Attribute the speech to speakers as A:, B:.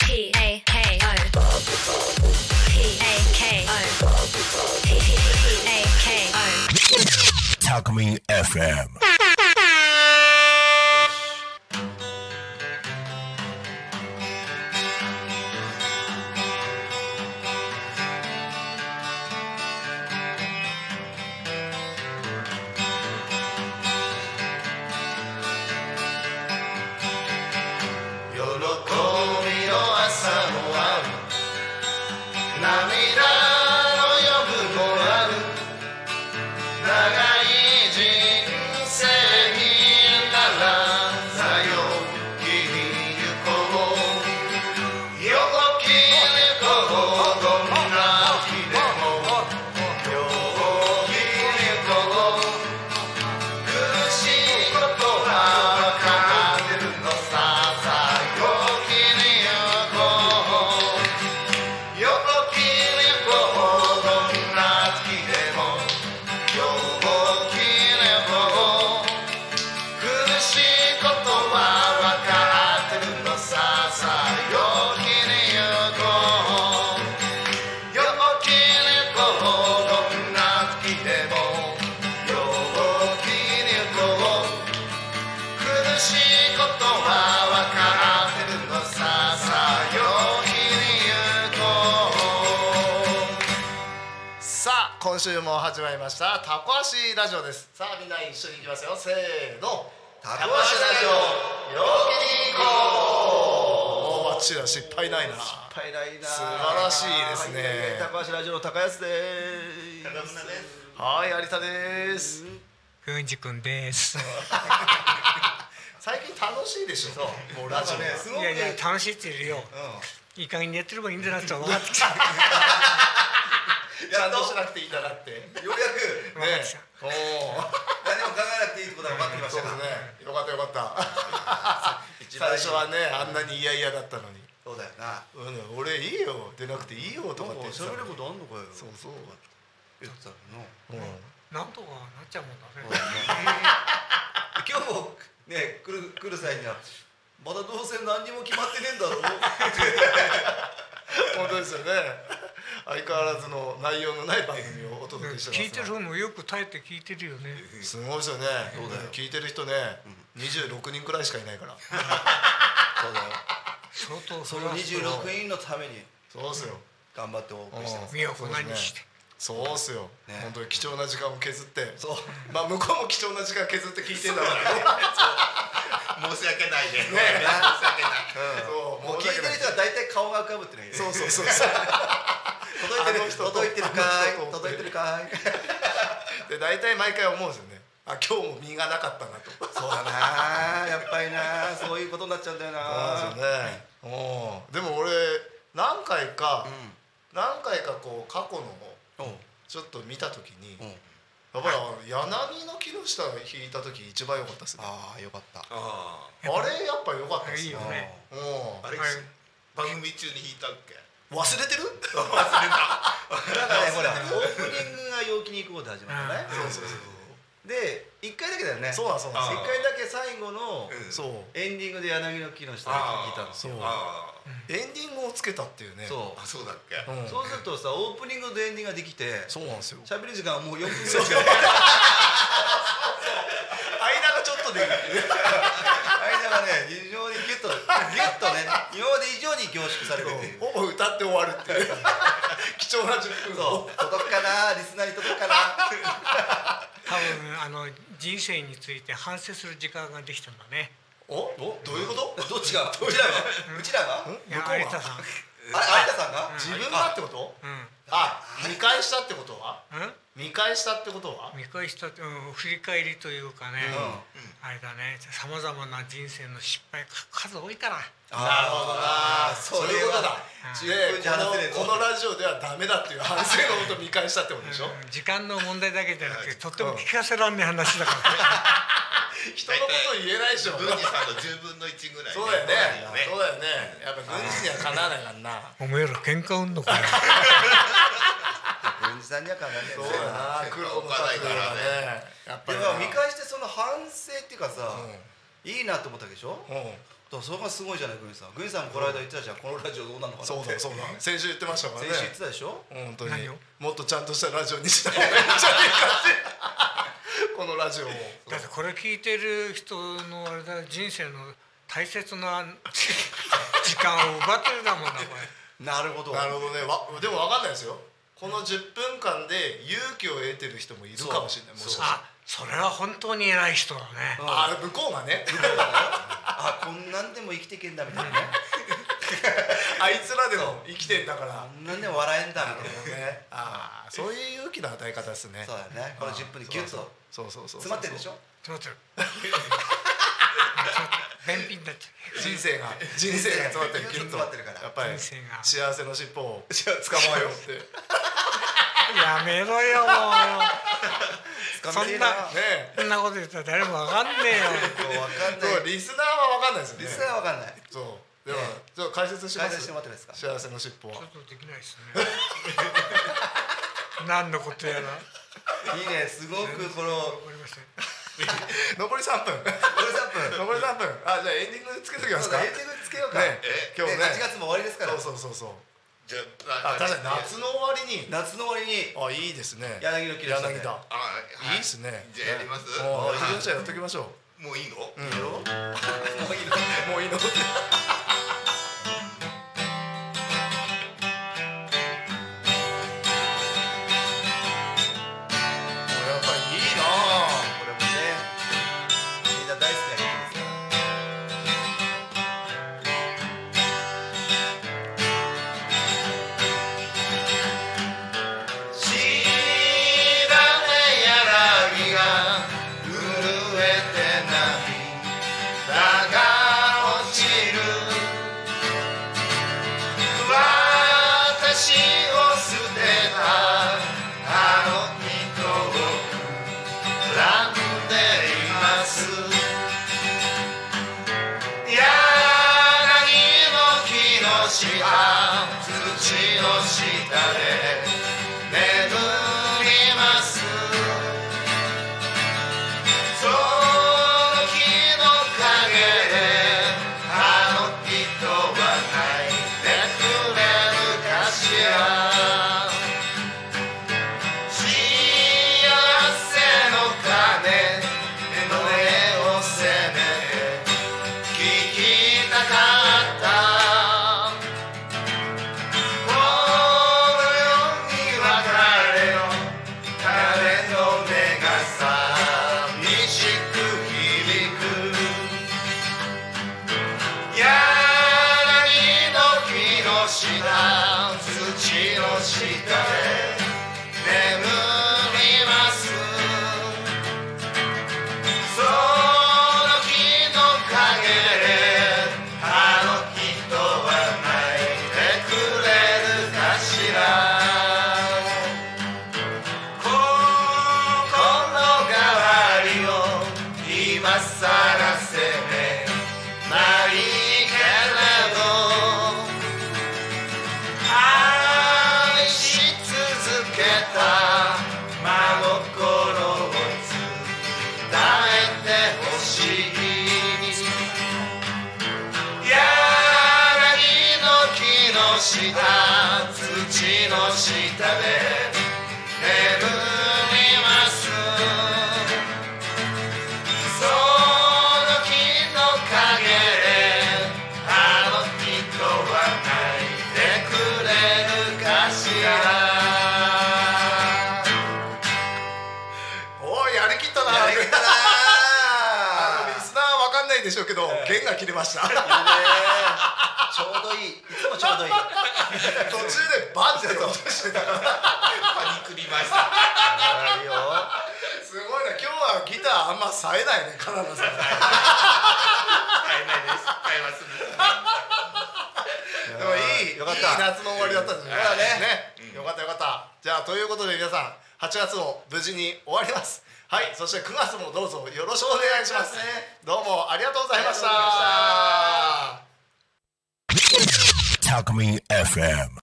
A: P A K O. P A K O. P A K O.
B: Talkman FM.
C: 喜びの朝もある涙の夜もある長い人生ならさよ切りゆこうよきれこうどんな日でもよきれこう苦しいことは分かってるのささよきれこう「よきれぼうどんな月でもよきれぼう」「苦しいことは分かってるのささよきれぼう」「よきれぼうどんな月でもよきれぼう」「苦しいことは分かってるのささよきに言うと」さあ今週も始まりました「タコ足ラジオ」ですさあみんな一緒に行きますよせーの「タコ足ラジオ陽気に行こう」おーバッチリだ失敗ないな
D: 失敗ないな
C: 素晴らしいですね
D: はい高橋ラジオの高安です
C: はい有田です
E: ふんじくんです。
C: 最近楽しいでしょそうもうラジオねす
E: いやいや、楽しいって言えるよ。いい加減にやってればいいんだなって分かってきた。分か
C: ちゃんとしなくていいんだなってね
D: ようやく
E: ってきた。
C: おー
D: 何も考えなくていいことが分かってきまし
C: そうで
D: たか
C: すね。よかったよかった。
D: 一
C: 最
D: 番いい
C: 初はね、あんなに嫌々だったのに。
D: そうだよな
C: うん、俺いいよ、出なくていいよとかって言ってたのに。
D: とあんのかよ
C: そうそう。
D: 言ってたの
C: うん
E: なんとかなっちゃうもんだね。
D: 今日もね来る来る際にはまだどうせ何にも決まってねえんだろう
C: 本当ですよね。相変わらずの内容のない番組をお届けしてますが。
E: 聞いてる方もよく耐えて聞いてるよね。
C: すごいですよね。聞いてる人ね、26人くらいしかいないから。
D: そうだよ
E: 相当
D: そ
E: それ
D: の
E: は。
D: 26人のために
C: そうですよ。
D: 頑張ってお送りしてます
E: 身を粉にして。
C: そうっすよ、
D: ね
C: 本当に貴重な時間を削って
D: そう
C: まあ向こうも貴重な時間削って聞いてんだからね
F: 申し訳ないね。申し訳ない。
C: そう
D: もう聞いてる人は大体顔が浮かぶってね
C: そうそうそうそう
D: 届い
C: あ
D: て
C: の人
D: る
C: と
D: 届いてるか
C: あの人と
D: い届いてるかい
C: で大体毎回思うんですよねあ今日も身がなかったなと
D: そうだなやっぱりなそういうことになっちゃうんだよ
C: そうですよ
D: な
C: ねうんでも俺何回か、
D: ん
C: 何回かこう過去のを
D: おう
C: ちょっと見た時に、
D: うん
C: やっぱりあの柳の木の下を引いた時一番良かったですねあ
D: ああよかった
F: あ
C: れやっぱ良かったです
E: いいよ
C: ね
E: ね。
C: う
F: あ。
C: ん
F: あれ、
E: はい
F: 番組中に弾いたっけ。
C: 忘れてる
D: だからねほらオープニングが陽気に行こうで始まったね
C: そうそうそう
D: で一回だけだよね
C: そうなんそうなん
D: 一回だけ最後の
F: うん
C: そう
D: エンディングで柳の木の下で聞いたんですよ
C: そう
F: あ
C: エンディングをつけたっていうね
D: そ
F: あ、あそうだっけ。
C: う、ん、
D: うそうするとさオープニングとエンディングができて
C: そうなんですよ
D: 喋る時間はもう4分ぐらいしかない
C: 間がちょっとでいい
D: 間がね非常にギュッとギュッとね今まで以上に凝縮されててる
C: ほぼ歌って終わるっていう貴重な10分を
D: そう届くかなリスナーに届くかな
E: 多分、あの、人生について反省する時間ができたんだね。
C: おお どういうこと
D: どっちがうち らがうちらが
E: いや、
C: 向こうは
E: 有田さん。
D: あ有田さんが
C: 自分がってこと、
E: う
C: あ見返したってことは
E: ん。うん。
C: 見返したってことは
E: 見返したって、うん、振り返りというかね。
D: うん
E: あれだね。さまざまな人生の失敗、か数多いから。
C: なるほどなそういうことだ
E: そ
D: いうことだうん
C: でこのこのラジオではダメだっていう反省のこと見返したってことでしょ
E: うん時間の問題だけじゃなくて、とっても聞かせらんねえ話だから。
C: 人のこと言えないでしょ
F: 文治さんの十分の一ぐらいね。
C: そうだよねそ
F: そ
C: う
F: うだよね
C: だよねやっぱ軍事にはかなわないからな
E: お前ら喧嘩売んのかよ。
D: 文治さんには考え
C: そう
D: ない
F: そ
C: だな
F: うだな
C: 苦労の数だからねやっぱ
D: で
C: り
D: も
C: な
D: 見返してその反省っていうかさ
C: うん
D: いいなと思ったわけでしょ
C: うん
G: だからそれがすごいじゃないグエンさんグエンさんもこの間言ってたじゃんこのラジオどうなのかなって
C: そうだそうだ先週言ってましたからね
G: 先週言ってたでしょ
C: 本当に
E: 何を
C: もっとちゃんとしたラジオにした方がいいんじゃねえかって このラジオも
E: だってこれ聞いてる人のあれだ人生の大切な時間を奪ってるだもんなこれ
G: なるほど
C: なるほどねわでも分かんないですよこの10分間で勇気を得てる人もいるかもしれないもしかしたら
E: あそれは本当に偉い人だね
C: あ向こう がね
G: あこんなんでも生きていけんだみたいなね
C: あいつらでも生きてんだから
G: こんなんでも笑えんだみたいな
C: ねああそういう勇気の与え方ですね
G: そうだよねこの10分にギュッと
C: そうそうそうそう
G: 詰まってるでしょ
E: ちょっと待ってる便秘になっちゃう
C: 人生が人生が詰まってる
G: 人生
C: ギュッ
G: 詰
C: と
G: まってるから
C: やっぱり
E: 人生が
C: 幸せの尻 尾を捕まえようってね
E: やめろよもう そ
G: 掴めねえ
E: ん
G: な
E: な
C: え
E: そんなこと言ったら誰もわかんねえよ
G: もうわかんな
C: そう
G: い
C: リスナーは分かんないですよね
G: リスナーはわかんない
C: そうではちょっと解説しま
G: 解
C: す
G: 説してもらってもいいですか
C: 幸せの尻尾は
E: ちょっとできないですね何のことやら
G: いいねすごくこ
E: わ
G: の
E: かりました
C: 残り3 分
G: これ3分
C: 残り3分あじゃあエンディングつけときます
G: そう
C: か
G: だエ
C: ね
G: ンディングつけようか
C: え今日ね
G: 8月も終わりですから
C: そうそうそうそう
H: じゃ
C: あ確かに夏の終わりに
G: 夏の終わりに
C: あいいですね
G: 柳の木でしたね
C: 柳田
H: あはい
C: いっすね
H: じゃあやります
C: もう
H: はい
C: 医療者やっときましょう
H: もういいの
G: いいよもういい の
C: もういいの
G: やっぱりいいなあこれもねみんな大好きな曲ですから
D: 知らない柳が震えてないだが落ちる私を捨てたあの人を恨んでいます柳の木の下土の下で眠りますその木の陰であの人は泣いてくれるかしら幸せの鐘の音をせめ聞きたかったこの世には誰の誰の願いも寂しく響く柳の木の下土の下で眠りますその木の陰であの人は泣いてくれるかしら心変わりを今さらせめないけれど愛し続けた真心を伝えてほしい柳の木の下土の下で眠りますその木の陰であの人は泣いてくれるかしら
C: おいやりきったな
G: やりきったな
C: あのリ
G: あ
C: スナーわかんないでしょうけど弦が切れま した途中
G: ちょうどいいいつもちょうどいい
C: でバンって落としてたから
H: パニクりました
G: あるよ
C: すごいな今日はギターあんま冴えないねカナダさん
H: 買えないです買えます
C: でもいい
G: よかった
C: いい夏の終わりだったんですね
G: だね
C: ねよかったよかったじゃあということで皆さん8月も無事に終わりますはいそして9月もどうぞよろしくお願いしますどうもありがとうございました
B: Talk Me FM.